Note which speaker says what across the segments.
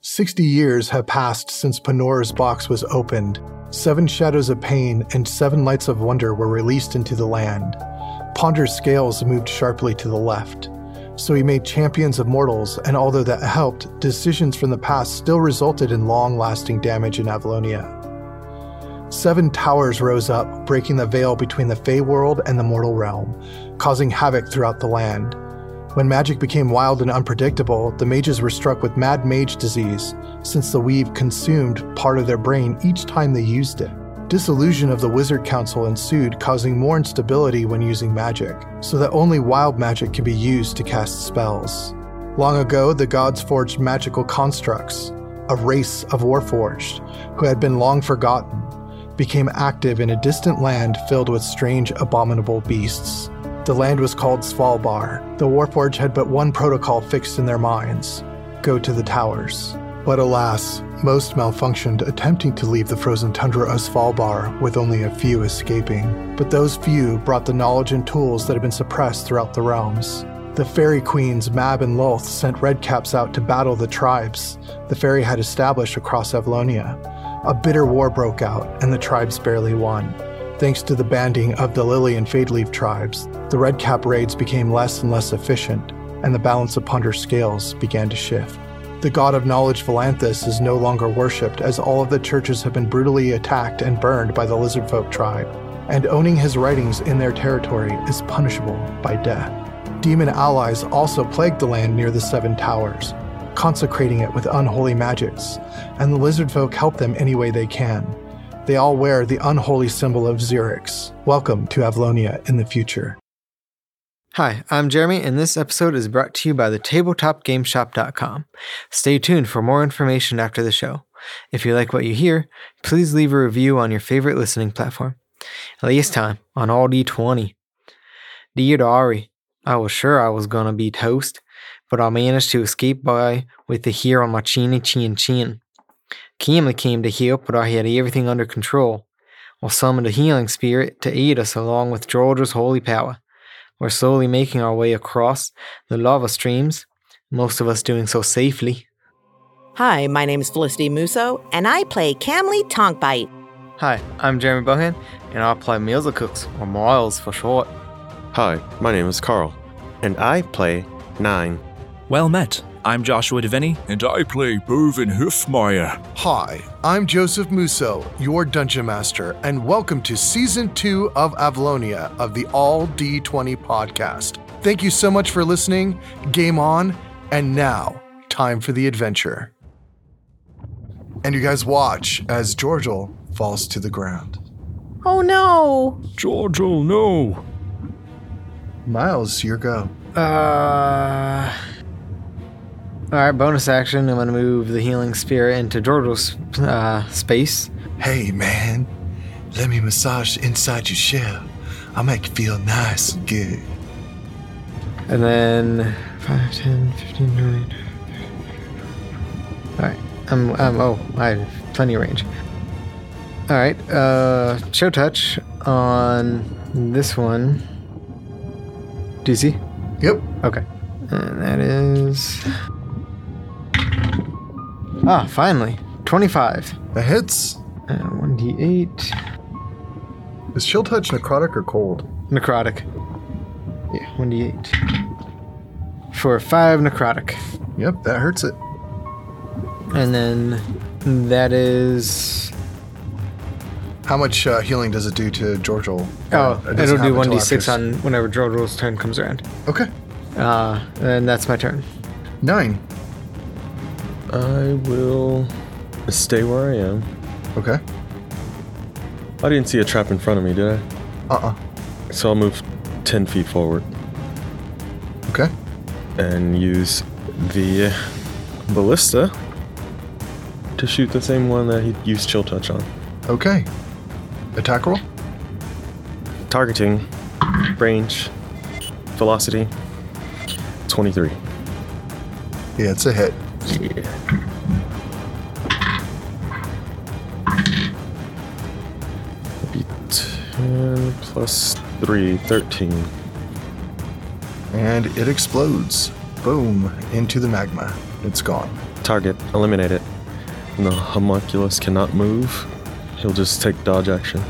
Speaker 1: Sixty years have passed since Panora's box was opened. Seven Shadows of Pain and Seven Lights of Wonder were released into the land. Ponder's scales moved sharply to the left. So he made champions of mortals, and although that helped, decisions from the past still resulted in long lasting damage in Avalonia. Seven towers rose up, breaking the veil between the Fey world and the mortal realm, causing havoc throughout the land. When magic became wild and unpredictable, the mages were struck with mad mage disease, since the weave consumed part of their brain each time they used it. Disillusion of the Wizard Council ensued, causing more instability when using magic, so that only wild magic can be used to cast spells. Long ago, the gods forged magical constructs. A race of Warforged, who had been long forgotten, became active in a distant land filled with strange, abominable beasts. The land was called Svalbar. The Warforged had but one protocol fixed in their minds go to the towers. But alas, most malfunctioned attempting to leave the frozen tundra of Svalbar, with only a few escaping. But those few brought the knowledge and tools that had been suppressed throughout the realms. The fairy queens Mab and Lolth sent redcaps out to battle the tribes the fairy had established across Avalonia. A bitter war broke out, and the tribes barely won. Thanks to the banding of the Lily and Fadeleaf tribes, the redcap raids became less and less efficient, and the balance of Punder's scales began to shift. The god of knowledge Valanthus is no longer worshipped as all of the churches have been brutally attacked and burned by the Lizardfolk tribe, and owning his writings in their territory is punishable by death. Demon allies also plagued the land near the Seven Towers, consecrating it with unholy magics, and the Lizardfolk help them any way they can. They all wear the unholy symbol of Xerix. Welcome to Avalonia in the future.
Speaker 2: Hi, I'm Jeremy, and this episode is brought to you by the tabletopgameshop.com. Stay tuned for more information after the show. If you like what you hear, please leave a review on your favorite listening platform. At least time on all D20. Dear to Ari, I was sure I was gonna be toast, but I managed to escape by with the hair on my chinny chin chin. Kimla came to help, but I had everything under control. I summoned a healing spirit to aid us along with George's holy power. We're slowly making our way across the lava streams, most of us doing so safely.
Speaker 3: Hi, my name is Felicity Musso, and I play Camly Tonkbite.
Speaker 2: Hi, I'm Jeremy Bohan, and I play Meals of Cooks, or Miles for short.
Speaker 4: Hi, my name is Carl, and I play Nine.
Speaker 5: Well met. I'm Joshua Deviney.
Speaker 6: and I play Boven Hufmeyer.
Speaker 1: Hi, I'm Joseph Musso, your Dungeon Master, and welcome to Season 2 of Avalonia of the All D20 podcast. Thank you so much for listening. Game on, and now, time for the adventure. And you guys watch as Georgel falls to the ground.
Speaker 3: Oh no!
Speaker 6: Giorgio, no.
Speaker 1: Miles, your go.
Speaker 2: Uh. All right, bonus action. I'm going to move the healing spirit into George's uh, space.
Speaker 1: Hey, man, let me massage inside your shell. I'll make you feel nice and good.
Speaker 2: And then 5, 10, 15, 20. All right. I'm, I'm, oh, I have plenty of range. All right. Uh, show touch on this one. DC?
Speaker 1: Yep.
Speaker 2: Okay. And that is. Ah, finally. 25.
Speaker 1: That hits.
Speaker 2: Uh, 1d8.
Speaker 1: Is chill touch necrotic or cold?
Speaker 2: Necrotic. Yeah, 1d8. For 5 necrotic.
Speaker 1: Yep, that hurts it.
Speaker 2: And then that is.
Speaker 1: How much uh, healing does it do to Georgel? Or uh,
Speaker 2: Oh,
Speaker 1: it doesn't
Speaker 2: it'll do
Speaker 1: happen till
Speaker 2: 1d6
Speaker 1: after-
Speaker 2: on whenever Jodor's turn comes around.
Speaker 1: Okay.
Speaker 2: Uh, and that's my turn.
Speaker 1: Nine.
Speaker 4: I will stay where I am.
Speaker 1: Okay.
Speaker 4: I didn't see a trap in front of me, did I?
Speaker 1: Uh uh
Speaker 4: So I'll move 10 feet forward
Speaker 1: Okay.
Speaker 4: and use the ballista to shoot the same one that he used chill touch on.
Speaker 1: Okay. Attack roll?
Speaker 4: Targeting, range, velocity 23.
Speaker 1: Yeah, it's a hit.
Speaker 4: Be 10 plus 3, 13.
Speaker 1: And it explodes. Boom. Into the magma. It's gone.
Speaker 4: target, eliminate it. And the homunculus cannot move. He'll just take dodge action.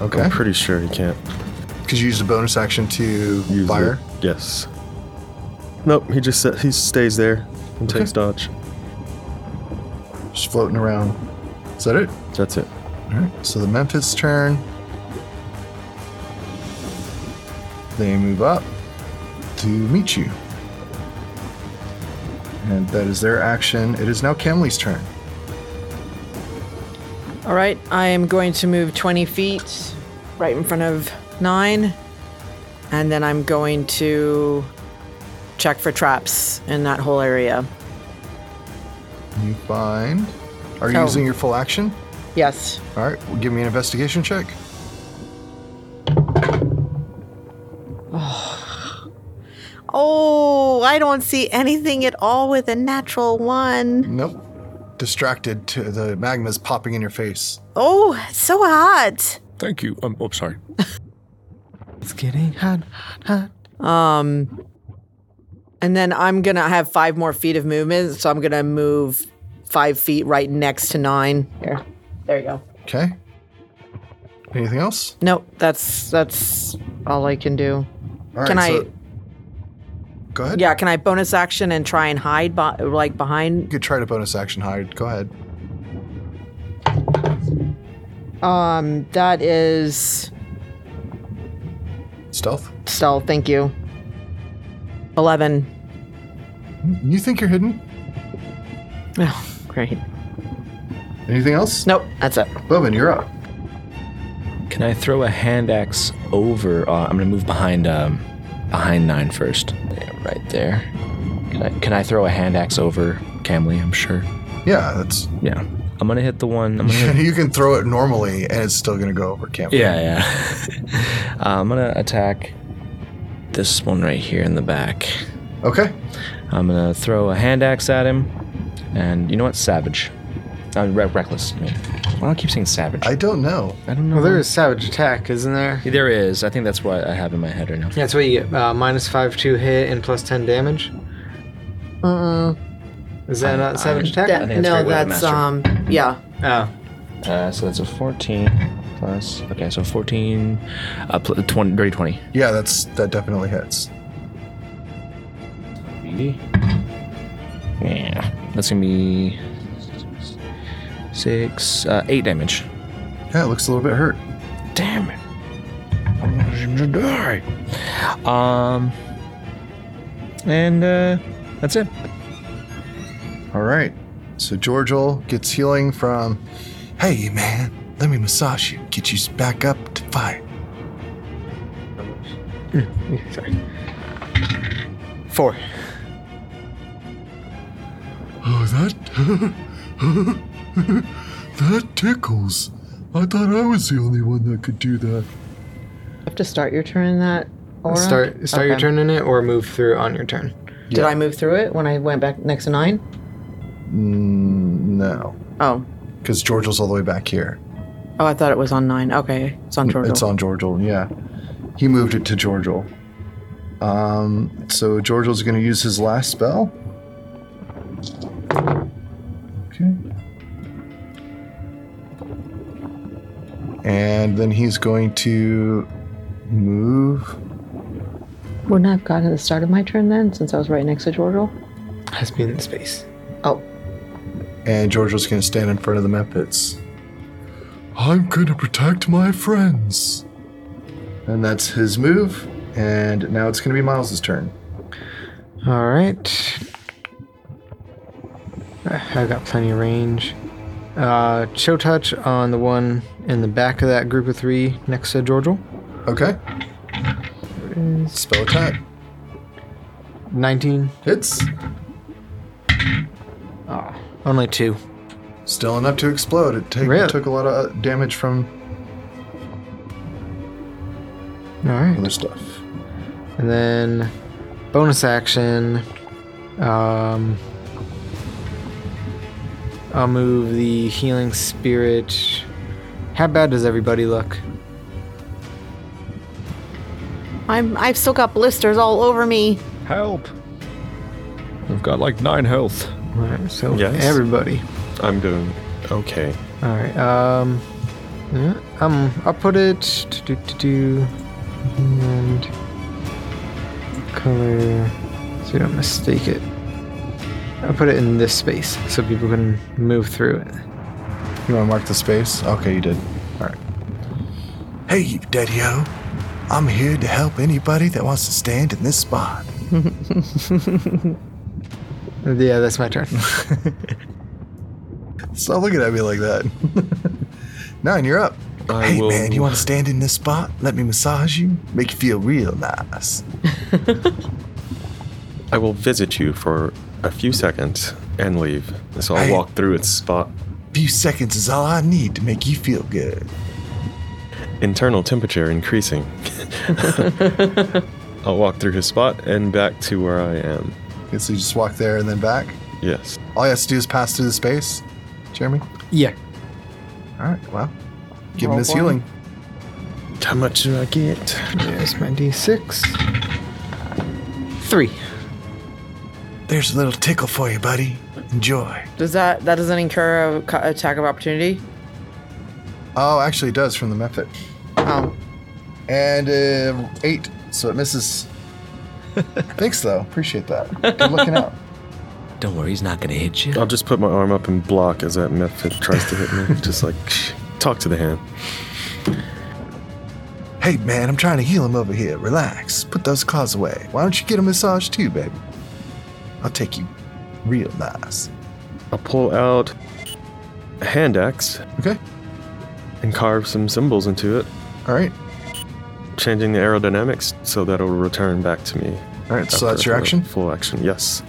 Speaker 1: Okay.
Speaker 4: I'm pretty sure he can't
Speaker 1: Because Oh, you used a bonus action to
Speaker 4: use
Speaker 1: fire.
Speaker 4: it. Yes. Nope. He just sa- he stays there and takes dodge.
Speaker 1: Just floating around. Is that it?
Speaker 4: That's it.
Speaker 1: All right. So the Memphis turn. They move up to meet you. And that is their action. It is now Camley's turn.
Speaker 3: All right, I am going to move 20 feet right in front of nine. And then I'm going to check for traps in that whole area.
Speaker 1: You find. Are you
Speaker 3: Oh.
Speaker 1: using your full action?
Speaker 3: Yes.
Speaker 1: All right. Well, give me an investigation check.
Speaker 3: Oh, I don't see anything at all with a natural one.
Speaker 1: Nope. Distracted. To the magma's popping in your face.
Speaker 3: Oh, it's so hot.
Speaker 7: Thank you. I'm oh, sorry.
Speaker 2: It's getting hot.
Speaker 3: Um, and then I'm gonna have five more feet of movement, so I'm gonna move five feet right next to nine. There, there you go.
Speaker 1: Okay. Anything else?
Speaker 3: Nope, that's that's all I can do.
Speaker 1: All right.
Speaker 3: Can I-
Speaker 1: so- go ahead.
Speaker 3: Yeah, can I bonus action and try and hide, bo- like
Speaker 1: You
Speaker 3: behind?
Speaker 1: could try to bonus action hide. Go ahead.
Speaker 3: Um, that is
Speaker 1: Stealth.
Speaker 3: stealth. Thank you. Eleven.
Speaker 1: You think you're hidden?
Speaker 3: Oh, great.
Speaker 1: Anything else?
Speaker 3: Nope, that's it.
Speaker 1: Bowman, you're up.
Speaker 6: Can I throw a hand axe over? Uh, I'm gonna move behind um, behind nine first. There, right there. Can I, can I throw a hand axe over Camley? I'm sure.
Speaker 1: Yeah, that's.
Speaker 6: Yeah. I'm gonna hit the one. I'm gonna hit,
Speaker 1: you can throw it normally, and it's still gonna go over camp.
Speaker 6: yeah, yeah. uh, I'm gonna attack this one right here in the back.
Speaker 1: Okay.
Speaker 6: I'm gonna throw a hand axe at him, and you know what? Savage. Uh, re- reckless. I mean, why do I keep saying savage?
Speaker 1: I don't know.
Speaker 6: I don't know.
Speaker 2: Well, there is Savage Attack, isn't there?
Speaker 6: There is. I think that's what I have in my head right now.
Speaker 2: That's what you get. Uh, minus 5 2 hit and plus 10 damage. Uh-uh.
Speaker 3: Uh,
Speaker 2: Is that not Savage
Speaker 6: I
Speaker 2: Attack?
Speaker 6: think that's
Speaker 3: no,
Speaker 6: great weapon
Speaker 3: that's
Speaker 6: master.
Speaker 3: um, yeah.
Speaker 2: Oh.
Speaker 6: Uh, so that's a 14 plus. Okay, so 14, uh, pl- 20, dirty 20.
Speaker 1: Yeah, that's that definitely hits.
Speaker 6: Yeah, that's gonna be six, uh, eight damage.
Speaker 1: Yeah, it looks a little bit hurt.
Speaker 6: Damn it! I'm gonna die. Um, and uh, that's it.
Speaker 1: All right. So Georgial gets healing from. Hey man, let me massage you, get you back up to fight.
Speaker 2: Sorry. 4.
Speaker 1: Oh, that. that tickles. I thought I was the only one that could do that.
Speaker 3: Have to start your turn in that. Aura?
Speaker 2: Start start your
Speaker 3: Okay.
Speaker 2: turn in it or move through on your turn.
Speaker 3: Did I move through it when I went back next to nine?
Speaker 1: No,
Speaker 3: Oh,
Speaker 1: because Georgial's all the way back here.
Speaker 3: Oh, I thought it was on nine. Okay, it's on Jordan.
Speaker 1: It's on Georgial, yeah. He moved it to Georgial. Um, so Georgial's going to use his last spell. Okay. And then he's going to move.
Speaker 3: Wouldn't I have gotten to the start of my turn then, since I was right next to Jordan?
Speaker 2: Has been in space.
Speaker 3: Oh,
Speaker 1: and Georgia's going to stand in front of the Memphis. I'm going to protect my friends. And that's his move. And now it's going to be Miles' turn.
Speaker 2: All right. I've got plenty of range. Uh, show touch on the one in the back of that group of three next to Georgial.
Speaker 1: Okay. Spell attack.
Speaker 2: 19.
Speaker 1: Hits.
Speaker 2: Only two.
Speaker 1: Still enough to explode. It, take,
Speaker 2: Really?
Speaker 1: took a lot of uh, damage from
Speaker 2: All right.
Speaker 1: other stuff.
Speaker 2: And then bonus action. Um, I'll move the healing spirit. How bad does everybody look?
Speaker 3: I'm. I've still got blisters all over me.
Speaker 6: Help!
Speaker 7: I've got like nine health.
Speaker 2: All right, so
Speaker 4: Yes.
Speaker 2: everybody.
Speaker 4: I'm doing okay.
Speaker 2: All right. Um, yeah, um, I'll put it to do to do and color so you don't mistake it. I'll put it in this space so people can move through it.
Speaker 1: You want to mark the space? Okay, you did.
Speaker 8: Hey, you daddy-o. I'm here to help anybody that wants to stand in this spot.
Speaker 2: Yeah, that's my turn.
Speaker 1: Stop looking at me like that. Nine, you're up.
Speaker 4: I
Speaker 8: hey,
Speaker 4: will-
Speaker 8: man, you want to stand in this spot? Let me massage you, make you feel real nice.
Speaker 4: I will visit you for a few seconds and leave. So I'll
Speaker 8: Hey.
Speaker 4: walk through its spot.
Speaker 8: Few seconds is all I need to make you feel good.
Speaker 4: Internal temperature increasing. I'll walk through his spot and back to where I am.
Speaker 1: Okay, so you just walk there and then back.
Speaker 4: Yes.
Speaker 1: All you have to do is pass through the space, Jeremy.
Speaker 2: yeah.
Speaker 1: All right, well, give him
Speaker 2: Roll
Speaker 1: his
Speaker 2: one.
Speaker 1: healing.
Speaker 4: How much do I get?
Speaker 2: There's my d6. Three.
Speaker 8: There's a little tickle for you, buddy. Enjoy.
Speaker 3: Does that that doesn't incur a co- attack of opportunity?
Speaker 1: Oh, actually, it does from the method.
Speaker 3: Oh,
Speaker 1: And uh, eight, so it misses. Thanks, though. Appreciate that. Good looking out.
Speaker 6: Don't worry, he's not gonna hit you.
Speaker 4: I'll just put my arm up and block as that method tries to hit me. just like, shh, talk to the hand.
Speaker 8: Hey, man, I'm trying to heal him over here. Relax. Put those claws away. Why don't you get a massage too, baby? I'll take you real nice.
Speaker 4: I'll pull out a hand axe
Speaker 1: Okay.
Speaker 4: and carve some symbols into it,
Speaker 1: All right.
Speaker 4: changing the aerodynamics so that it'll return back to me.
Speaker 1: All right. So
Speaker 4: after
Speaker 1: that's your
Speaker 4: full-
Speaker 1: action.
Speaker 4: Full action, yes.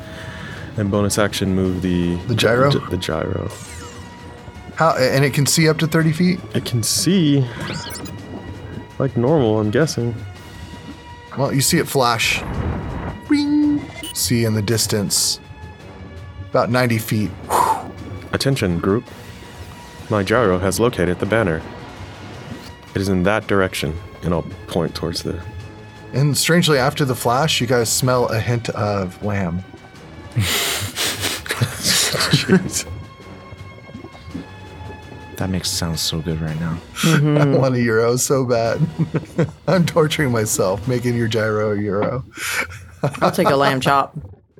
Speaker 4: And bonus action, move the
Speaker 1: The gyro?
Speaker 4: The, gyro.
Speaker 1: How? And it can see up to thirty feet.
Speaker 4: It can see like normal. I'm guessing.
Speaker 1: Well, you see it flash. Ring. See in the distance, about ninety feet.
Speaker 4: Attention, group. My gyro has located the banner. It is in that direction, and I'll point towards the.
Speaker 1: And strangely, after the flash, you guys smell a hint of lamb.
Speaker 4: Jeez.
Speaker 6: That makes it sound so good right now.
Speaker 1: I want a euro so bad. I'm torturing myself making your gyro a euro.
Speaker 3: I'll take a lamb chop.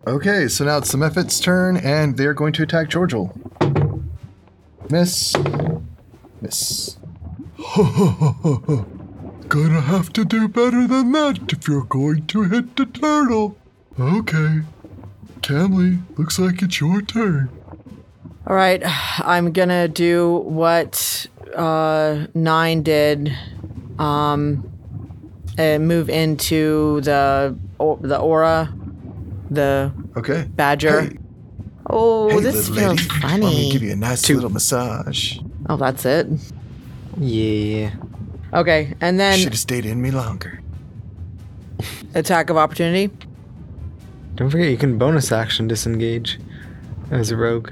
Speaker 1: Okay, so now it's the Mephit's turn, and they're going to attack Georgel. Miss. Miss. Gonna have to do better than that if you're going to hit the turtle. Okay. Camly, looks like it's your turn.
Speaker 3: All right, I'm gonna do what uh, nine did, um, and move into the or, the aura, the
Speaker 1: Okay.
Speaker 3: badger.
Speaker 8: Hey.
Speaker 3: oh,
Speaker 8: hey,
Speaker 3: this
Speaker 8: little
Speaker 3: feels
Speaker 8: lady. Want me to
Speaker 3: funny.
Speaker 8: give you a nice little massage?
Speaker 3: oh, that's it.
Speaker 2: Yeah.
Speaker 3: Okay, and then
Speaker 8: Should have stayed in me longer.
Speaker 3: attack of opportunity.
Speaker 2: Don't forget you can bonus action disengage as a rogue.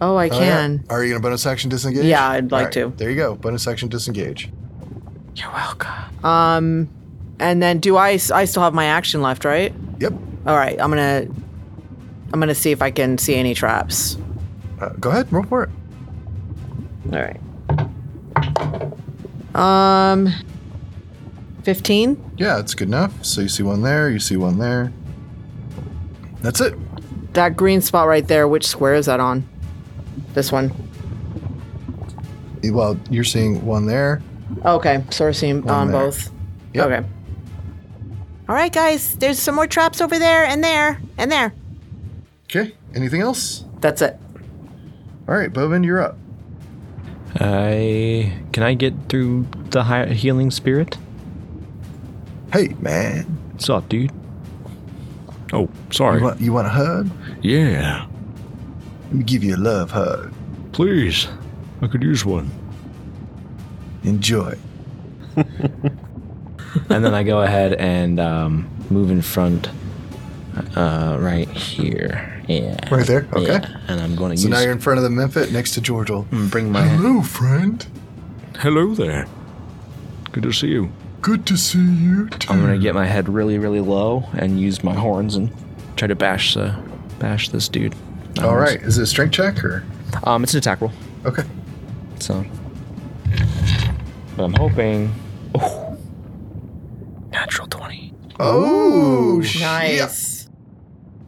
Speaker 3: Oh, I
Speaker 1: Oh, yeah.
Speaker 3: can.
Speaker 1: Are you gonna bonus action disengage?
Speaker 3: Yeah, I'd like
Speaker 1: Alright,
Speaker 3: to.
Speaker 1: There you go. Bonus action disengage.
Speaker 3: You're welcome. Um, and then do I? I still have my action left, right?
Speaker 1: Yep.
Speaker 3: All right, I'm gonna, I'm gonna see if I can see any traps.
Speaker 1: Uh, go ahead, roll for it.
Speaker 3: All right. Um, 15.
Speaker 1: Yeah, that's good enough. So you see one there, you see one there. That's it.
Speaker 3: That green spot right there, which square is that on? This one.
Speaker 1: Well, you're seeing one there.
Speaker 3: Okay, so we're seeing on
Speaker 1: there.
Speaker 3: both.
Speaker 1: Yep.
Speaker 3: Okay. All right, guys, there's some more traps over there and there and there.
Speaker 1: Okay. Anything else?
Speaker 3: That's it.
Speaker 1: All right, Bovin, you're up.
Speaker 6: I can I get through the hi- healing spirit?
Speaker 1: Hey, man.
Speaker 6: What's up, dude?
Speaker 7: Oh, sorry.
Speaker 1: You want, you want a hug?
Speaker 7: Yeah,
Speaker 1: Let me give you a love hug.
Speaker 7: please. I could use one.
Speaker 1: Enjoy.
Speaker 6: and then I go ahead and um, move in front, uh, right here. Yeah.
Speaker 1: Right there? Okay.
Speaker 6: Yeah. And I'm going to
Speaker 1: So
Speaker 6: use.
Speaker 1: now you're in front of the Memphis next to Georgel.
Speaker 6: Hmm, bring my.
Speaker 1: Hello, friend.
Speaker 7: Hello there. Good to see you.
Speaker 1: Good to see you too.
Speaker 6: Oh, I'm going to get my head really, really low and use my horns and try to bash the bash this dude.
Speaker 1: All right. Is it a strength check or?
Speaker 6: Um, it's an attack roll.
Speaker 1: Okay.
Speaker 6: So, but I'm hoping. Oh, natural twenty.
Speaker 1: Oh,
Speaker 3: Nice.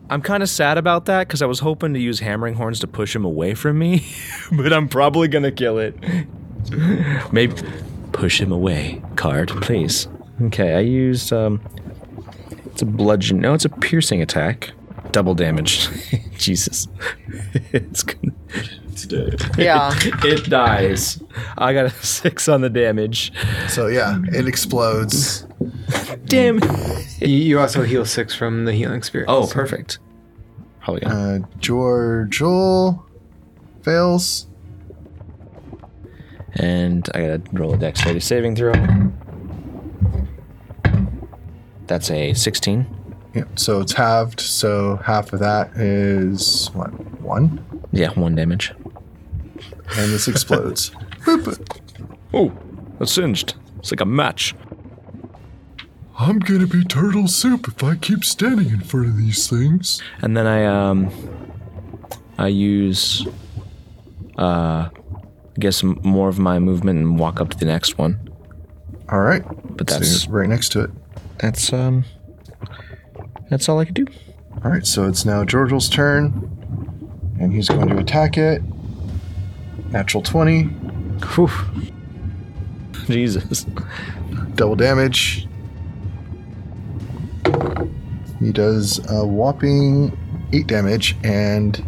Speaker 6: I'm kind of sad about that because I was hoping to use hammering horns to push him away from me, but I'm probably gonna kill it. Maybe push him away card, please. Okay, I used um, it's a bludgeon. No, it's a piercing attack. Double damage. Jesus, it's gonna. It's dead.
Speaker 3: Yeah.
Speaker 6: it dies. I got a six on the damage.
Speaker 1: So yeah, it explodes.
Speaker 6: Damn.
Speaker 2: You, you also heal six from the healing spirit.
Speaker 6: Oh, perfect. Probably gonna.
Speaker 1: Uh, George fails.
Speaker 6: And I gotta roll a dexterity saving throw. That's a 16.
Speaker 1: Yeah. So it's halved. So half of that is what one,
Speaker 6: Yeah, one damage.
Speaker 1: and this explodes.
Speaker 7: Oh, that's singed. It's like a match.
Speaker 1: I'm gonna be turtle soup if I keep standing in front of these things.
Speaker 6: And then I um I use uh I guess m- more of my movement and walk up to the next one.
Speaker 1: All right.
Speaker 6: But
Speaker 1: So
Speaker 6: that's
Speaker 1: you're right next to it.
Speaker 6: that's um that's all I can do.
Speaker 1: All right. So it's now Georgel's turn, and he's going to attack it. Natural twenty,
Speaker 6: Whew. Jesus.
Speaker 1: double damage. He does a whopping eight damage, and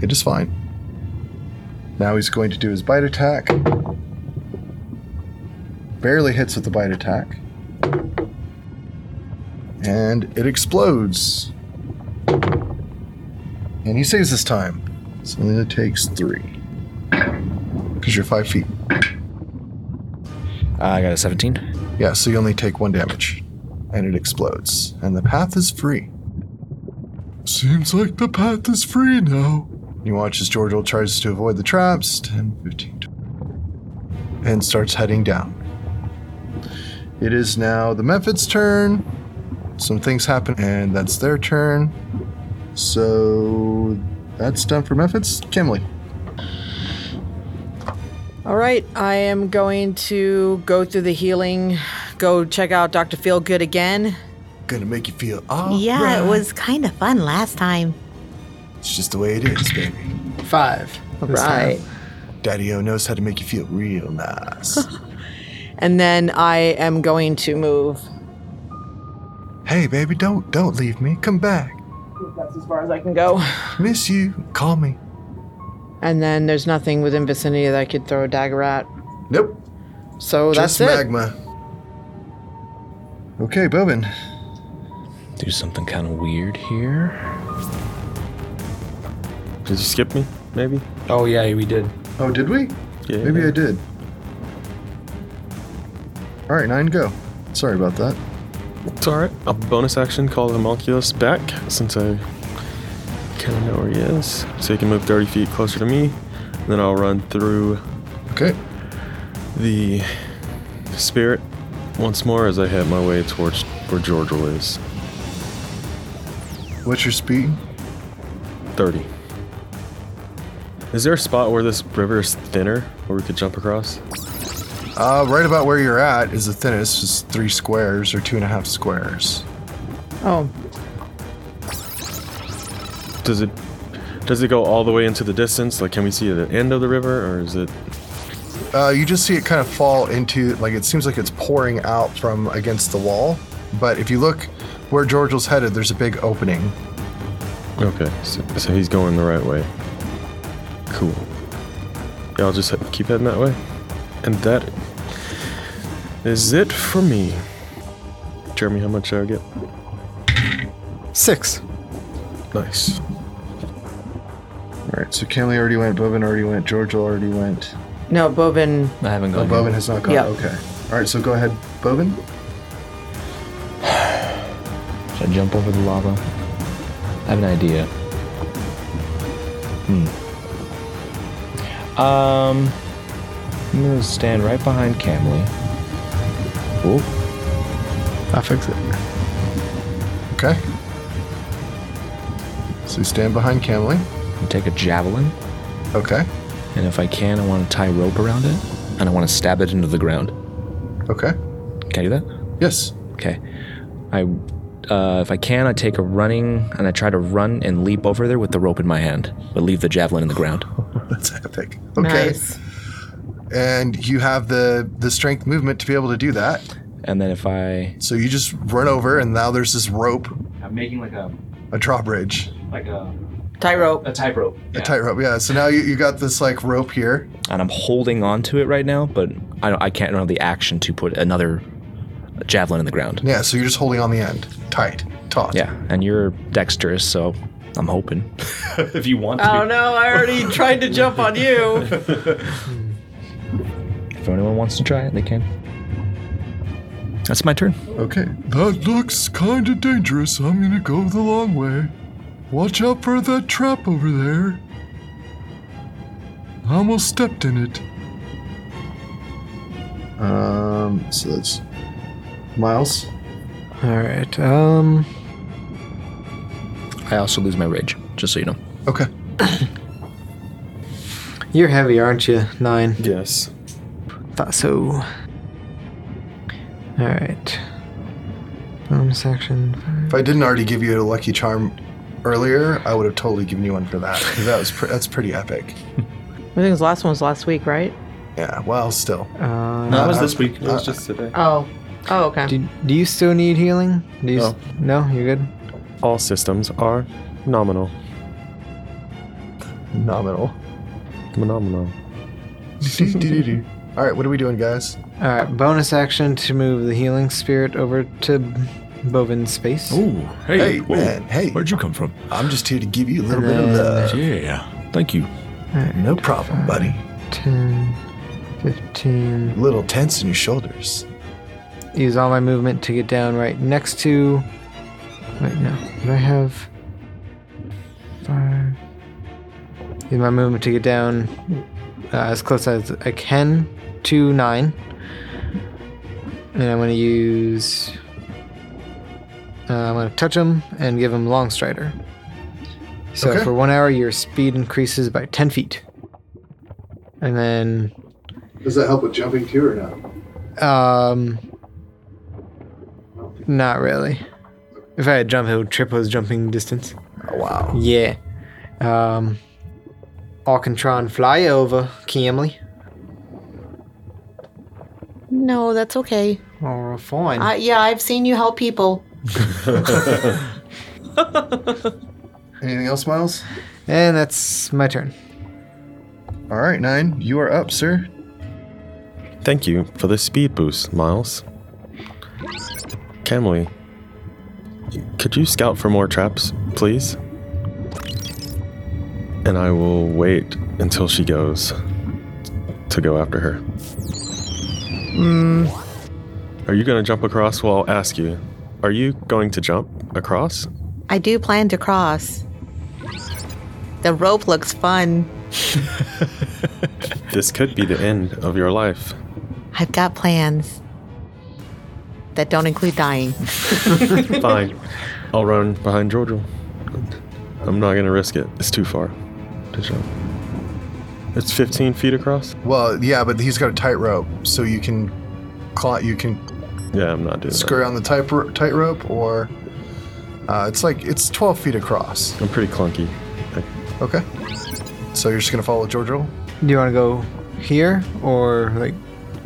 Speaker 1: it is fine. Now he's going to do his bite attack. Barely hits with the bite attack. And it explodes. And he saves this time. So then it takes three. Because you're five feet.
Speaker 6: I got a 17.
Speaker 1: Yeah, so you only take one damage, and it explodes, and the path is free. Seems like the path is free now. You watch as Giorgio tries to avoid the traps, 10, 15, 20, and starts heading down. It is now the Memphis' turn. Some things happen, and that's their turn. So that's done for Memphis. Kimley.
Speaker 3: All right, I am going to go through the healing, go check out Dr. Feelgood again.
Speaker 1: Gonna make you feel all
Speaker 9: Yeah,
Speaker 1: right.
Speaker 9: it was kind of fun last time.
Speaker 1: It's just the way it is, baby.
Speaker 3: Five. All right.
Speaker 1: Daddy O knows how to make you feel real nice.
Speaker 3: And then I am going to move.
Speaker 1: Hey, baby, don't don't leave me. Come back.
Speaker 3: That's as far as I can go.
Speaker 1: Miss you. Call me.
Speaker 3: And then there's nothing within vicinity that I could throw a dagger at.
Speaker 1: Nope.
Speaker 3: So
Speaker 1: Just
Speaker 3: that's it.
Speaker 1: magma. Okay, Bobin.
Speaker 6: Do something kind of weird here.
Speaker 4: Did you skip me? Maybe.
Speaker 6: Oh yeah, we did.
Speaker 1: Oh, did we?
Speaker 4: Yeah.
Speaker 1: Maybe I did. All right, nine go. Sorry about that.
Speaker 4: It's alright. A bonus action call Homunculus back since I kind of know where he is. So he can move 30 feet closer to me. And then I'll run through
Speaker 1: Okay.
Speaker 4: the spirit once more as I head my way towards where Georgial is.
Speaker 1: What's your speed?
Speaker 4: 30. Is there a spot where this river is thinner where we could jump across?
Speaker 1: Uh, right about where you're at is the thinnest. It's three squares or two and a half squares.
Speaker 3: Oh,
Speaker 4: Does it does it go all the way into the distance? Like can we see the end of the river or is it
Speaker 1: Uh, you just see it kind of fall into like it seems like it's pouring out from against the wall. But if you look where Georgel's headed, there's a big opening.
Speaker 4: Okay, so, so he's going the right way. Cool. Yeah, I'll just he- keep heading that way. And that is it for me. Jeremy, how much do I get?
Speaker 2: Six.
Speaker 4: Nice.
Speaker 1: All right, so Kimley already went, Bobin already went, Georgia already went.
Speaker 3: no, Bobin.
Speaker 6: I haven't
Speaker 1: Oh,
Speaker 6: gone.
Speaker 1: Bobin has not gone.
Speaker 3: Yeah.
Speaker 1: Okay. All right, so go ahead, Bobin.
Speaker 6: yet. Should I jump over the lava? I have an idea. Hmm. Um, I'm gonna stand right behind Camely. Oh,
Speaker 2: I'll fix it.
Speaker 1: Okay. So you stand behind Camely.
Speaker 6: I take a javelin,
Speaker 1: Okay.
Speaker 6: and if I can, I want to tie rope around it, and I want to stab it into the ground.
Speaker 1: Okay.
Speaker 6: Can I do that?
Speaker 1: Yes.
Speaker 6: Okay. I, uh, if I can, I take a running and I try to run and leap over there with the rope in my hand, but leave the javelin in the ground.
Speaker 1: That's epic. Okay.
Speaker 3: Nice.
Speaker 1: And you have the the strength movement to be able to do that.
Speaker 6: And then if I,
Speaker 1: So you just run over, and now there's this rope,
Speaker 6: I'm making like a
Speaker 1: a drawbridge,
Speaker 6: like a
Speaker 3: Tie rope.
Speaker 6: a tight rope.
Speaker 1: a tight rope. Yeah. So now you, you got this like rope here.
Speaker 6: And I'm holding on to it right now, but I don't, I can't I don't have the action to put another javelin in the ground.
Speaker 1: Yeah. So you're just holding on the end, tight, taut.
Speaker 6: Yeah. And you're dexterous, so I'm hoping. if you want to,
Speaker 3: Oh no, I already tried to jump on you.
Speaker 6: if anyone wants to try it, they can. That's my turn.
Speaker 1: Okay.
Speaker 7: That looks kinda dangerous. I'm gonna go the long way. Watch out for that trap over there. I almost stepped in it.
Speaker 1: Um. So that's Miles.
Speaker 2: All right. Um.
Speaker 6: I also lose my rage, just so you know.
Speaker 1: Okay.
Speaker 2: You're heavy, aren't you? Nine.
Speaker 4: Yes.
Speaker 2: Thought so. All right. Bonus action.
Speaker 1: If I didn't already give you a lucky charm earlier, I would have totally given you one for that. 'cause That was pre- that's pretty epic.
Speaker 3: I think his last one was last week, right?
Speaker 1: Yeah. Well, still.
Speaker 2: Uh,
Speaker 4: That was this week. It was just today.
Speaker 3: Oh. Oh, okay.
Speaker 2: do, do you still need healing? Do you s- no, you're good.
Speaker 4: All systems are nominal.
Speaker 1: Nominal.
Speaker 4: Phenomenal.
Speaker 1: All right. What are we doing, guys?
Speaker 2: All right. Bonus action to move the healing spirit over to Bovin's space.
Speaker 7: Ooh, oh, hey,
Speaker 1: Hey,
Speaker 7: whoa.
Speaker 1: man, hey.
Speaker 7: Where'd you come from?
Speaker 1: I'm just here to give you a little bit of love.
Speaker 7: Yeah, thank you.
Speaker 1: No problem, buddy.
Speaker 2: 10, 15.
Speaker 1: Little tense in your shoulders.
Speaker 2: Use all my movement to get down right next to. Wait, no. What do I have? Five. Use my movement to get down uh, as close as I can to nine. And I'm going to use. Uh, I'm going to touch him and give him Long Strider. So
Speaker 1: Okay.
Speaker 2: for one hour, your speed increases by 10 feet. And then
Speaker 1: Does that help with jumping too or not?
Speaker 2: um, not really. If I had jump, it would triple his jumping distance.
Speaker 1: Oh, wow.
Speaker 2: Yeah. Um, I can try and fly over Camly.
Speaker 9: No, that's okay.
Speaker 2: Or Oh, fine.
Speaker 9: Uh, yeah, I've seen you help people.
Speaker 1: Anything else, Miles?
Speaker 2: and that's my turn.
Speaker 1: All right, Nine, you are up, sir.
Speaker 4: Thank you for the speed boost, Miles. Camely, could you scout for more traps, please? And I will wait until she goes to go after her. Are you going to jump across? Well, I'll ask you. Are you going to jump across?
Speaker 9: I do plan to cross. The rope looks fun.
Speaker 4: This could be the end of your life.
Speaker 9: I've got plans that don't include dying.
Speaker 4: Fine. I'll run behind Giorgio. I'm not gonna risk it. It's too far to jump. It's 15 feet across.
Speaker 1: Well, yeah, but he's got a tight rope, so you can claw, you can
Speaker 4: Yeah, I'm not doing
Speaker 1: scurry on the tight ro- tight rope, or uh, it's like it's 12 feet across.
Speaker 4: that. I'm pretty clunky.
Speaker 1: Okay. So you're just gonna follow Giorgio?
Speaker 2: Do you want to go here or like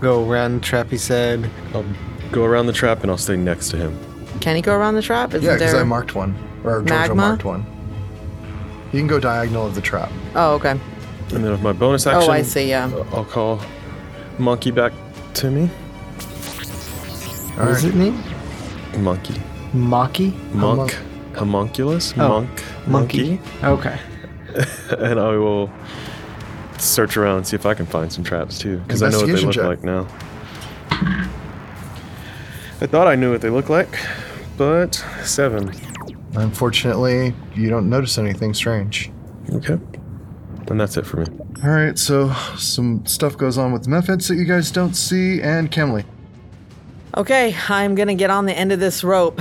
Speaker 2: go around the trap? He said.
Speaker 4: I'll go around the trap and I'll stay next to him.
Speaker 3: Can he go around the trap? Is
Speaker 1: Yeah, because
Speaker 3: there...
Speaker 1: I marked one, or Giorgio
Speaker 3: Magma?
Speaker 1: marked one. You can go diagonal of the trap.
Speaker 3: Oh, okay.
Speaker 4: And then with my bonus action, uh,
Speaker 3: Oh, I see. Yeah.
Speaker 4: I'll call Monkey back to me.
Speaker 1: All right.
Speaker 2: Is it name?
Speaker 4: Monkey.
Speaker 2: Maki.
Speaker 4: Monk. Homunculus.
Speaker 2: Oh,
Speaker 4: Monk.
Speaker 2: Monkey. Okay.
Speaker 4: And I will search around and see if I can find some traps too, because I know what they
Speaker 1: Investigation
Speaker 4: look
Speaker 1: check.
Speaker 4: like now. I thought I knew what they look like, but seven.
Speaker 1: Unfortunately, you don't notice anything strange.
Speaker 4: Okay. And that's it for me.
Speaker 1: All right, so some stuff goes on with methods that you guys don't see, and Kimley.
Speaker 3: Okay, I'm gonna get on the end of this rope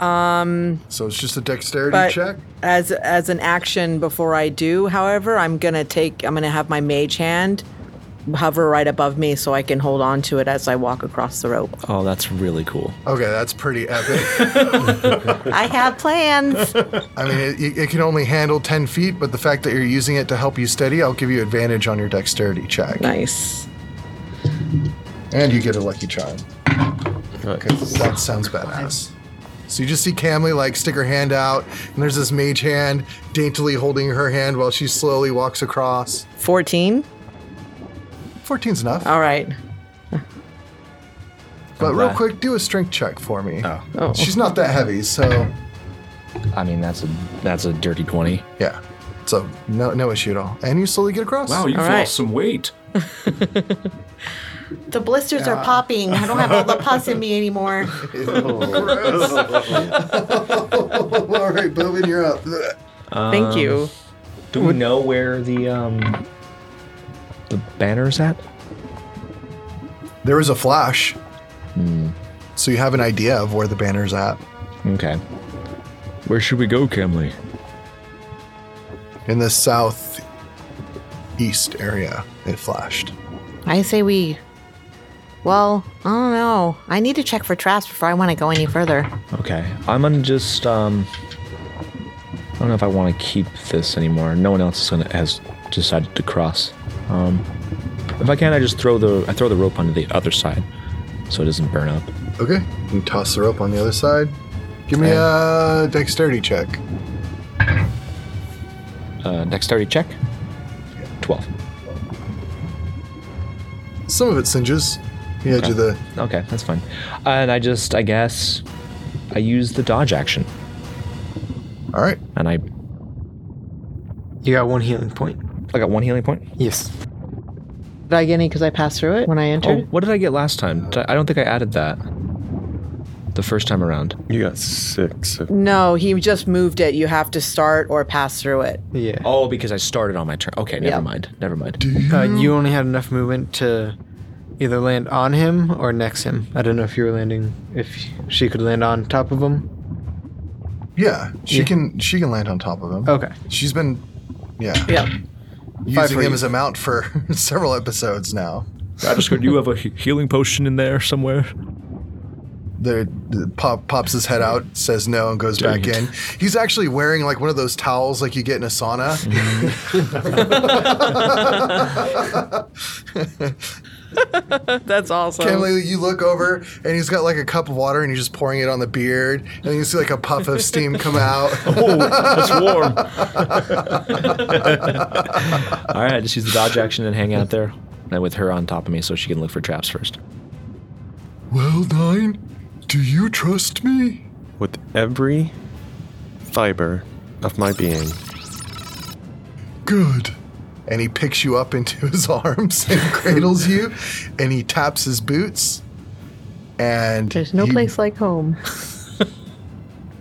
Speaker 1: So it's just a dexterity
Speaker 3: but
Speaker 1: check.
Speaker 3: as as an action before I do, however, I'm gonna take I'm gonna have my mage hand hover right above me so I can hold on to it as I walk across the rope.
Speaker 6: Oh, that's really cool.
Speaker 1: Okay, that's pretty epic.
Speaker 9: I have plans.
Speaker 1: I mean, it, it can only handle 10 feet, but the fact that you're using it to help you steady, I'll give you advantage on your dexterity check.
Speaker 3: Nice.
Speaker 1: And you get a lucky charm. Because that sounds badass. So you just see Camly like stick her hand out, and there's this mage hand daintily holding her hand while she slowly walks across.
Speaker 3: Fourteen.
Speaker 1: 14's enough.
Speaker 3: All right.
Speaker 1: but real
Speaker 6: glad.
Speaker 1: quick, do a strength check for me. She's not that heavy, so
Speaker 6: I mean, that's a that's a dirty twenty.
Speaker 1: yeah. So no no issue at all. And Oh, you slowly get across.
Speaker 10: Wow, you've
Speaker 3: All
Speaker 10: lost
Speaker 3: right.
Speaker 10: some weight.
Speaker 9: The blisters are popping. I don't have all the pus in me anymore.
Speaker 1: all right, Bowman, you're up.
Speaker 3: Thank you.
Speaker 6: Do we know where the um the banner's at?
Speaker 1: There is a flash. So you have an idea of where the banner's at.
Speaker 6: Okay. Where should we go, Kimley?
Speaker 1: In the southeast area, it flashed.
Speaker 9: I say we. Well, I don't know. I need to check for traps before I want to go any further.
Speaker 6: Okay. I'm gonna just um I don't know if I wanna keep this anymore. No one else is gonna has decided to cross. Um if I can I just throw the I throw the rope onto the other side so it doesn't burn up.
Speaker 1: Okay. You toss the rope on the other side. Give me a dexterity check.
Speaker 6: Uh dexterity check. Twelve.
Speaker 1: Some of it singes. The edge of the.
Speaker 6: Okay, that's fine. And I just I guess I use the dodge action
Speaker 1: All right.
Speaker 6: and I
Speaker 2: You got one healing point.
Speaker 6: I got one healing point.
Speaker 2: Yes.
Speaker 3: Did I get any because I passed through it when I
Speaker 6: Oh,
Speaker 3: entered?
Speaker 6: what did I get last time? Did I I don't think I added that. The first time around.
Speaker 4: You got six. so-
Speaker 3: No, he just moved it. You have to start or pass through it.
Speaker 2: Yeah.
Speaker 6: Oh, because I started on my turn. Okay, never
Speaker 3: Yeah.
Speaker 6: mind. Never mind.
Speaker 2: Uh, you only had enough movement to either land on him or next him. I don't know if you were landing, if she could land on top of him.
Speaker 1: Yeah. She can. She can land on top of him.
Speaker 2: Okay.
Speaker 1: She's been. Yeah.
Speaker 3: Yep.
Speaker 1: Using
Speaker 2: for
Speaker 1: him
Speaker 2: you.
Speaker 1: as a mount for several episodes now.
Speaker 10: I just heard you have a he- healing potion in there somewhere.
Speaker 1: the, the pop, pops his head out, says no, and goes back in. He's actually wearing like one of those towels like you get in a sauna.
Speaker 3: That's awesome.
Speaker 1: And like, you look over, and he's got like a cup of water, and he's just pouring it on the beard, and then you see like a puff of steam come out.
Speaker 10: Oh, that's warm.
Speaker 6: All right, I just use the dodge action and hang out there. And with her on top of me so she can look for traps first.
Speaker 7: Well, Nine, do you trust me?
Speaker 4: With every fiber of my being,
Speaker 7: Good.
Speaker 1: And he picks you up into his arms and cradles you, and he taps his boots. And
Speaker 9: There's no
Speaker 1: you-
Speaker 9: place like home.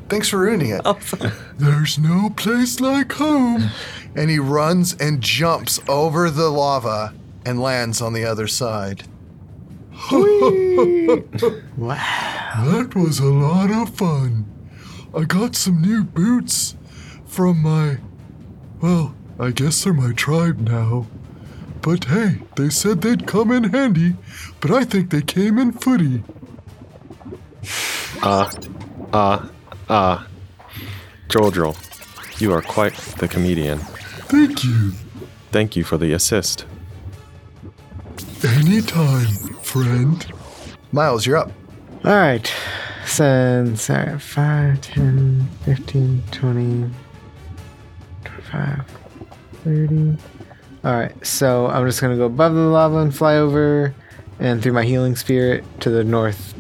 Speaker 1: Thanks for ruining it.
Speaker 7: There's no place like home.
Speaker 1: And he runs and jumps over the lava and lands on the other side.
Speaker 7: That was a lot of fun. I got some new boots from my. Well, I guess they're my tribe now. But hey, they said they'd come in handy, but I think they came in footy.
Speaker 4: Joel Joel, you are quite the comedian.
Speaker 7: Thank you.
Speaker 4: Thank you for the assist.
Speaker 7: Anytime, friend.
Speaker 1: Miles, you're up.
Speaker 2: All right. Since all right, 5, 10, 15, 20, 25, 30. All right. So I'm just going to go above the lava and fly over and through my healing spirit to the north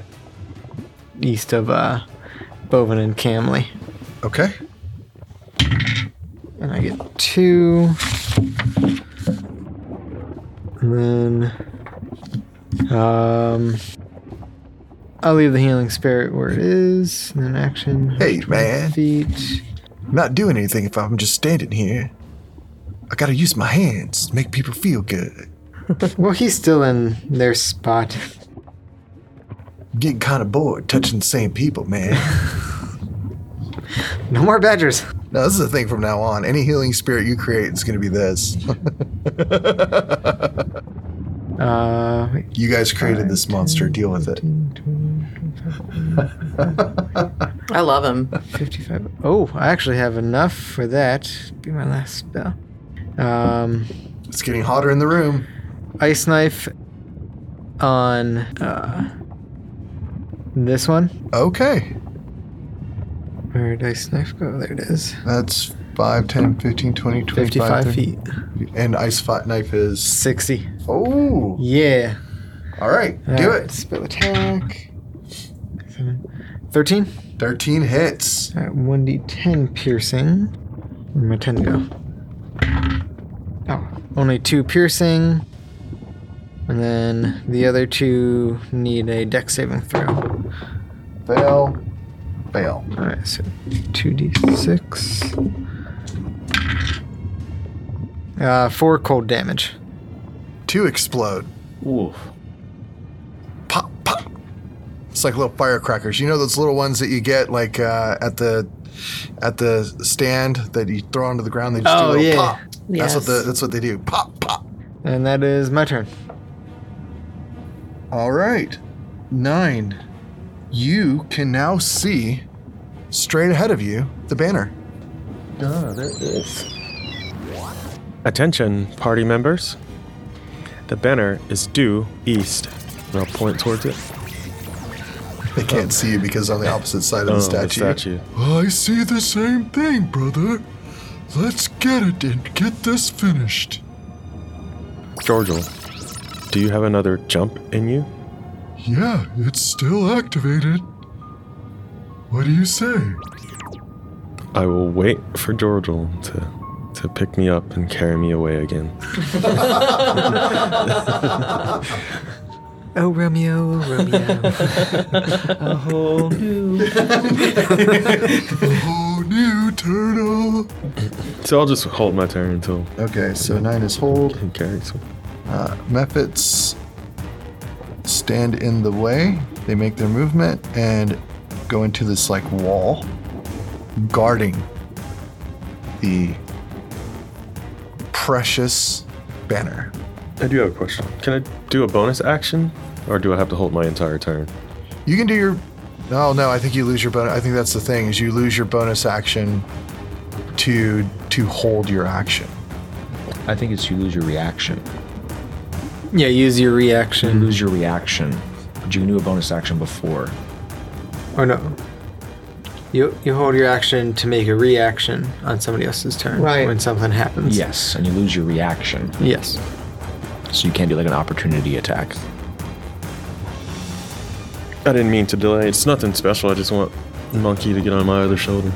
Speaker 2: east of uh, Bovin and Camley.
Speaker 1: Okay.
Speaker 2: And I get two. And then um I'll leave the healing spirit where it is. And then action.
Speaker 1: Hey, man.
Speaker 2: Feet.
Speaker 1: I'm not doing anything if I'm just standing here. I gotta use my hands to make people feel good.
Speaker 2: Well he's still in their spot.
Speaker 1: Getting kind of bored touching the same people, man.
Speaker 2: No more badgers.
Speaker 1: Now, this is the thing from now on. Any healing spirit you create is going to be this.
Speaker 2: Uh, wait.
Speaker 1: You guys created this monster. Deal with it.
Speaker 3: I love him.
Speaker 2: 55. Oh, I actually have enough for that. Be my last spell. Um,
Speaker 1: It's getting hotter in the room.
Speaker 2: ice knife on uh, this one.
Speaker 1: Okay.
Speaker 2: Where did ice knife go? There it is.
Speaker 1: That's 5, 10, 15, 20, 25, 30.
Speaker 2: 55 feet.
Speaker 1: And ice fight knife is.
Speaker 2: 60.
Speaker 1: Oh.
Speaker 2: Yeah.
Speaker 1: All right. Do
Speaker 2: Alright,
Speaker 1: it.
Speaker 2: Spell attack. Seven. 13.
Speaker 1: 13 hits.
Speaker 2: All right, 1d10 piercing. Where'd my 10 go? Oh, only two piercing. And then the other two need a deck saving throw.
Speaker 1: Fail. Fail.
Speaker 2: Alright, so 2d6. Uh, four cold damage.
Speaker 1: Two explode.
Speaker 6: Oof.
Speaker 1: Pop, pop. It's like little firecrackers. You know those little ones that you get like uh, at the at the stand that you throw onto the ground. They just do
Speaker 2: Oh,
Speaker 1: a little
Speaker 2: yeah.
Speaker 1: pop. That's what
Speaker 3: Yes.
Speaker 1: the, that's what they do. Pop, pop.
Speaker 2: And that is my turn.
Speaker 1: All right. Nine. You can now see straight ahead of you the banner.
Speaker 4: Attention, party members. The banner is due east. And I'll point towards it.
Speaker 1: They can't see you because on the opposite side of the
Speaker 4: Oh,
Speaker 1: statue.
Speaker 7: I see the same thing, brother. Let's get it and get this finished.
Speaker 4: Giorgio, do you have another jump in you?
Speaker 7: Yeah, it's still activated. What do you say?
Speaker 4: I will wait for Giorgio to to pick me up and carry me away again.
Speaker 2: Oh, Romeo, oh, Romeo.
Speaker 7: Oh, new turtle.
Speaker 4: So I'll just hold my turn until
Speaker 1: Okay, so nine is hold.
Speaker 4: he carries me.
Speaker 1: Mephits stand in the way. They make their movement and go into this like wall, guarding the precious banner.
Speaker 4: I do have a question. Can I do a bonus action, or do I have to hold my entire turn?
Speaker 1: You can do your. Oh no, I think you lose your bonus. I think that's the thing is you lose your bonus action to to hold your action.
Speaker 10: I think it's you lose your reaction.
Speaker 2: yeah, use your
Speaker 10: You
Speaker 2: reaction.
Speaker 10: lose your reaction. But you can do a bonus action before.
Speaker 2: Or no. You, you hold your action to make a reaction on somebody else's turn
Speaker 9: Right.
Speaker 2: when something happens.
Speaker 10: Yes, and you lose your reaction.
Speaker 2: Yes.
Speaker 10: So you can't do like an opportunity attack.
Speaker 4: I didn't mean to delay. It's nothing special. I just want Monkey to get on my other shoulder.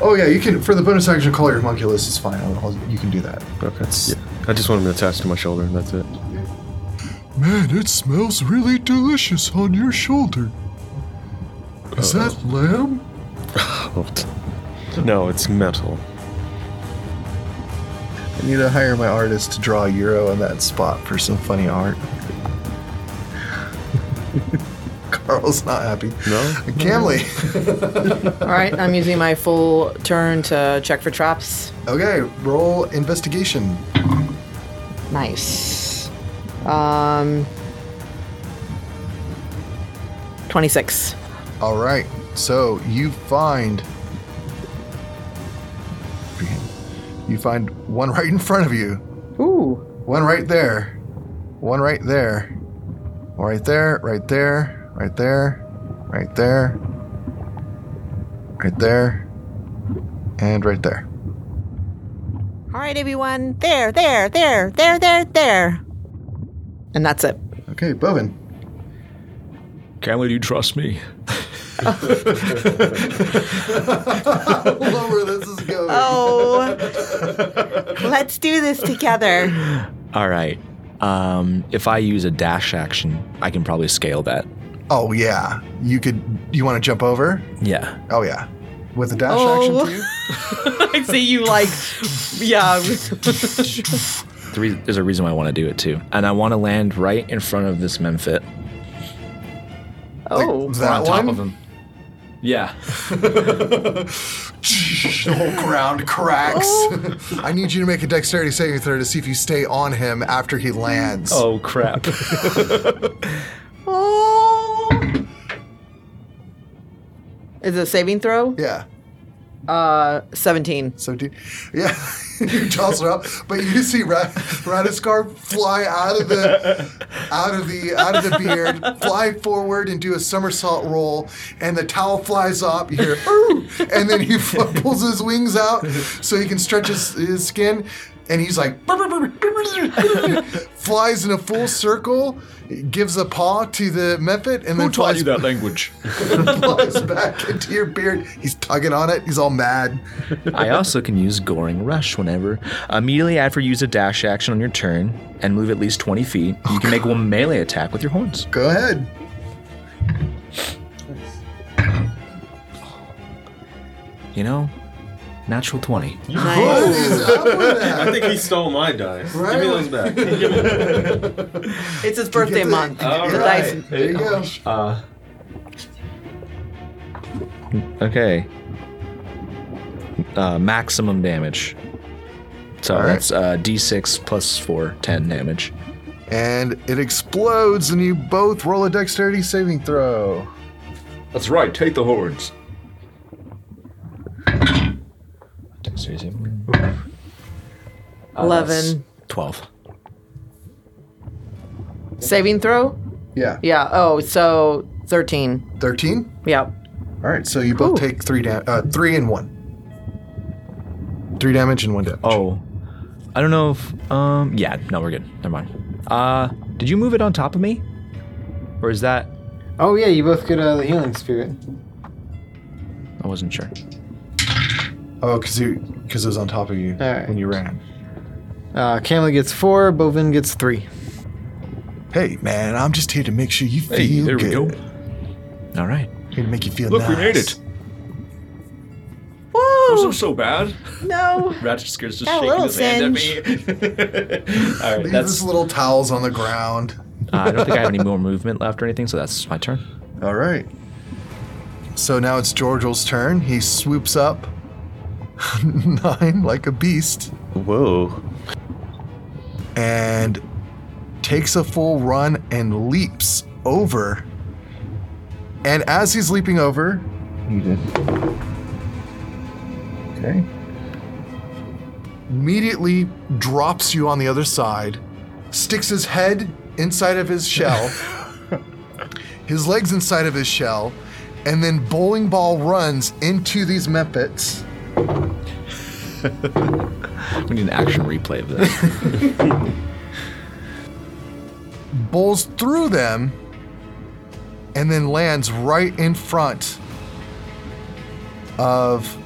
Speaker 1: Oh yeah, you can for the bonus action call your homunculus is fine. I'll, I'll- you can do that.
Speaker 4: Okay. Yeah. I just want him attached to my shoulder, and that's it.
Speaker 7: Man, it smells really delicious on your shoulder. Is that lamb?
Speaker 4: Oh, t- no, it's metal.
Speaker 1: I need to hire my artist to draw a euro on that spot for some funny art. Carl's not happy.
Speaker 4: No?
Speaker 1: Camley.
Speaker 3: All right, I'm using my full turn to check for traps.
Speaker 1: Okay, roll investigation.
Speaker 3: Nice. Um, 26.
Speaker 1: All right. So you find you find one right in front of you.
Speaker 3: Ooh.
Speaker 1: One right there. One right there. One right there, right there, right there, right there, right there, and right there.
Speaker 9: All right, everyone. There, there, there, there, there, there.
Speaker 3: And that's it.
Speaker 1: Okay, Bovin.
Speaker 10: Can't let you trust me.
Speaker 1: Lower this is going.
Speaker 9: Oh, let's do this together.
Speaker 6: All right.
Speaker 10: Um, if I use a dash action, I can probably scale that.
Speaker 1: Oh yeah. You could you want to jump over?
Speaker 10: Yeah.
Speaker 1: Oh yeah. With a dash
Speaker 3: Oh.
Speaker 1: action too?
Speaker 3: I see you like, yeah.
Speaker 10: The re- there's a reason why I want to do it too. And I want to land right in front of this Memphit.
Speaker 3: Oh,
Speaker 10: on
Speaker 1: that
Speaker 10: top
Speaker 1: one.
Speaker 10: of him. Yeah.
Speaker 1: the whole ground cracks. I need you to make a dexterity saving throw to see if you stay on him after he lands.
Speaker 6: Oh crap.
Speaker 3: is it a saving throw?
Speaker 1: Yeah.
Speaker 3: Uh, 17.
Speaker 1: 17. Yeah, you toss her up, but you see Rat- Ratiscar fly out of the out of the out of the beard, fly forward and do a somersault roll, and the towel flies up. You hear, "Ooh," and then he fl- pulls his wings out so he can stretch his, his skin, and he's like flies in a full circle, gives a paw to the mephit, and then flies,
Speaker 10: language?
Speaker 1: flies back into your beard. He's tugging on it. He's all mad.
Speaker 10: I also can use Goring Rush whenever. Immediately after you use a dash action on your turn and move at least 20 feet, you can make one melee attack with your horns.
Speaker 1: Go ahead.
Speaker 10: You know, natural 20.
Speaker 3: Nice.
Speaker 4: I think he stole my dice.
Speaker 1: Right?
Speaker 4: Give me those back.
Speaker 3: It's his birthday month. The Oh. dice-
Speaker 1: There you go.
Speaker 10: Okay. Uh, maximum damage. So
Speaker 1: All right.
Speaker 10: that's uh, d6 plus 4, 10 damage.
Speaker 1: And it explodes, and you both roll a dexterity saving throw.
Speaker 10: That's right, take the horns. Dexterity saving. Uh,
Speaker 3: 11.
Speaker 10: that's 12.
Speaker 3: Saving throw?
Speaker 1: Yeah.
Speaker 3: Yeah. Oh, so 13.
Speaker 1: 13?
Speaker 3: Yep.
Speaker 1: All right, so you both take three da- uh, three and one. Three damage and one damage.
Speaker 10: Oh, I don't know if. Um, yeah, no, we're good. Never mind. Uh, did you move it on top of me, or is that?
Speaker 2: Oh yeah, you both get uh, the healing spirit.
Speaker 10: I wasn't sure.
Speaker 1: Oh, because it was on top of you
Speaker 2: All right.
Speaker 1: when you ran.
Speaker 2: Uh, Camley gets four. Bovin gets three.
Speaker 1: Hey, man, I'm just here to make sure you feel good.
Speaker 10: All right.
Speaker 1: Here to make you feel
Speaker 6: Look,
Speaker 1: nice.
Speaker 6: we made it.
Speaker 3: Woo!
Speaker 6: Wasn't so bad.
Speaker 3: No.
Speaker 6: Ratchet's just
Speaker 3: Got a
Speaker 6: shaking
Speaker 3: little
Speaker 6: his hand at me. All right,
Speaker 1: Leave
Speaker 6: that's.
Speaker 1: those little towels on the ground.
Speaker 10: Uh, I don't think I have any more movement left or anything, so that's my turn.
Speaker 1: All right. So now it's Georgel's turn. He swoops up nine like a beast
Speaker 4: Whoa.
Speaker 1: and takes a full run and leaps over. And as he's leaping over, he did. Okay. Immediately drops you on the other side, sticks his head inside of his shell, his legs inside of his shell, and then bowling ball runs into these mephits.
Speaker 10: We need an action replay of that.
Speaker 1: bowls through them and then lands right in front of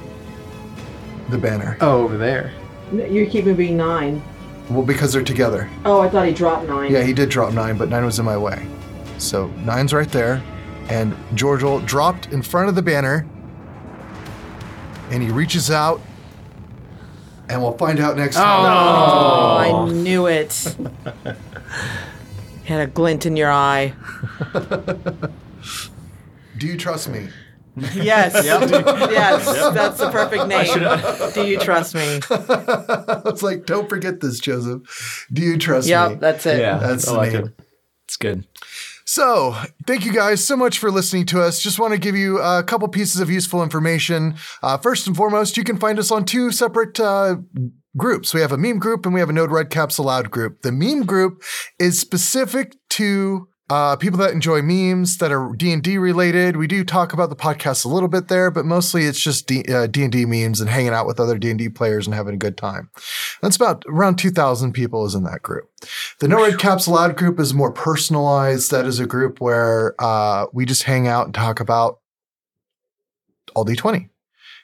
Speaker 1: the banner.
Speaker 2: Oh, over there.
Speaker 3: You keep moving nine.
Speaker 1: Well, because they're together.
Speaker 3: Oh, I thought he dropped nine.
Speaker 1: Yeah, he did drop nine, but nine was in my way. So nine's right there. And Georgel dropped in front of the banner. And he reaches out. And we'll find out next time.
Speaker 3: Oh, I knew it. Had a glint in your eye.
Speaker 1: Do you trust me?
Speaker 3: Yes. Yes. That's the perfect name. Do you trust me?
Speaker 1: I was like, don't forget this, Joseph. Do you trust me?
Speaker 3: Yep. That's it.
Speaker 1: That's the name.
Speaker 10: it's good.
Speaker 1: So, thank you guys so much for listening to us. Just want to give you a couple pieces of useful information. Uh, first and foremost, you can find us on two separate uh, groups. We have a meme group and we have a Node Red Caps Allowed group. The meme group is specific to uh, people that enjoy memes that are D and D related. We do talk about the podcast a little bit there, but mostly it's just D and D memes and hanging out with other D and D players and having a good time. That's about around two thousand people is in that group. The No Red Caps Allowed group is more personalized. That is a group where uh, we just hang out and talk about all D20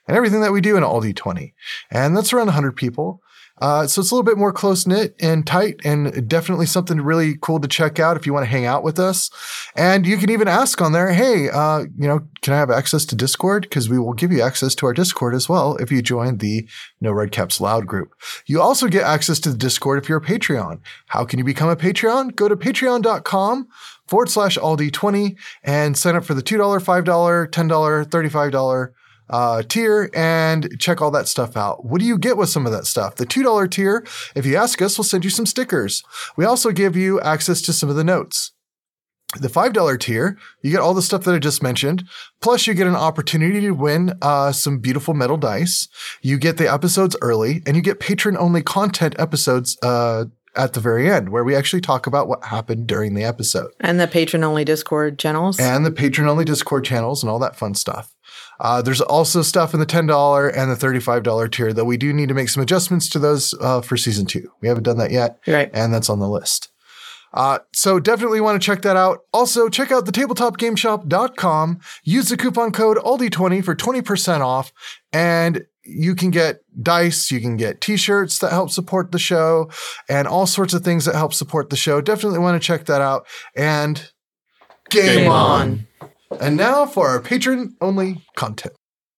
Speaker 1: and everything that we do in all D20. And that's around 100 people. Uh, so it's a little bit more close knit and tight, and definitely something really cool to check out if you want to hang out with us. And you can even ask on there, hey, uh, you know, can I have access to Discord? Because we will give you access to our Discord as well if you join the No Red Caps Loud group. You also get access to the Discord if you're a Patreon. How can you become a Patreon? Go to patreon.com forward slash all D20 and sign up for the $2, $5, $10, $35 uh, tier and check all that stuff out. What do you get with some of that stuff? The $2 tier, if you ask us, we'll send you some stickers. We also give you access to some of the notes. The $5 tier, you get all the stuff that I just mentioned. Plus, you get an opportunity to win uh, some beautiful metal dice. You get the episodes early, and you get patron only content episodes uh, at the very end, where we actually talk about what happened during the episode
Speaker 3: And the patron only Discord channels.
Speaker 1: and the patron only Discord channels and all that fun stuff. Uh, there's also stuff in the $10 and the $35 tier, though we do need to make some adjustments to those uh, for season two. We haven't done that yet.
Speaker 3: You're right.
Speaker 1: And that's on the list. Uh, so definitely want to check that out. Also, check out the tabletopgameshop.com. Use the coupon code ALDI20 for 20% off, and you can get dice, you can get t shirts that help support the show, and all sorts of things that help support the show. Definitely want to check that out. And game, on. And now for our patron only content.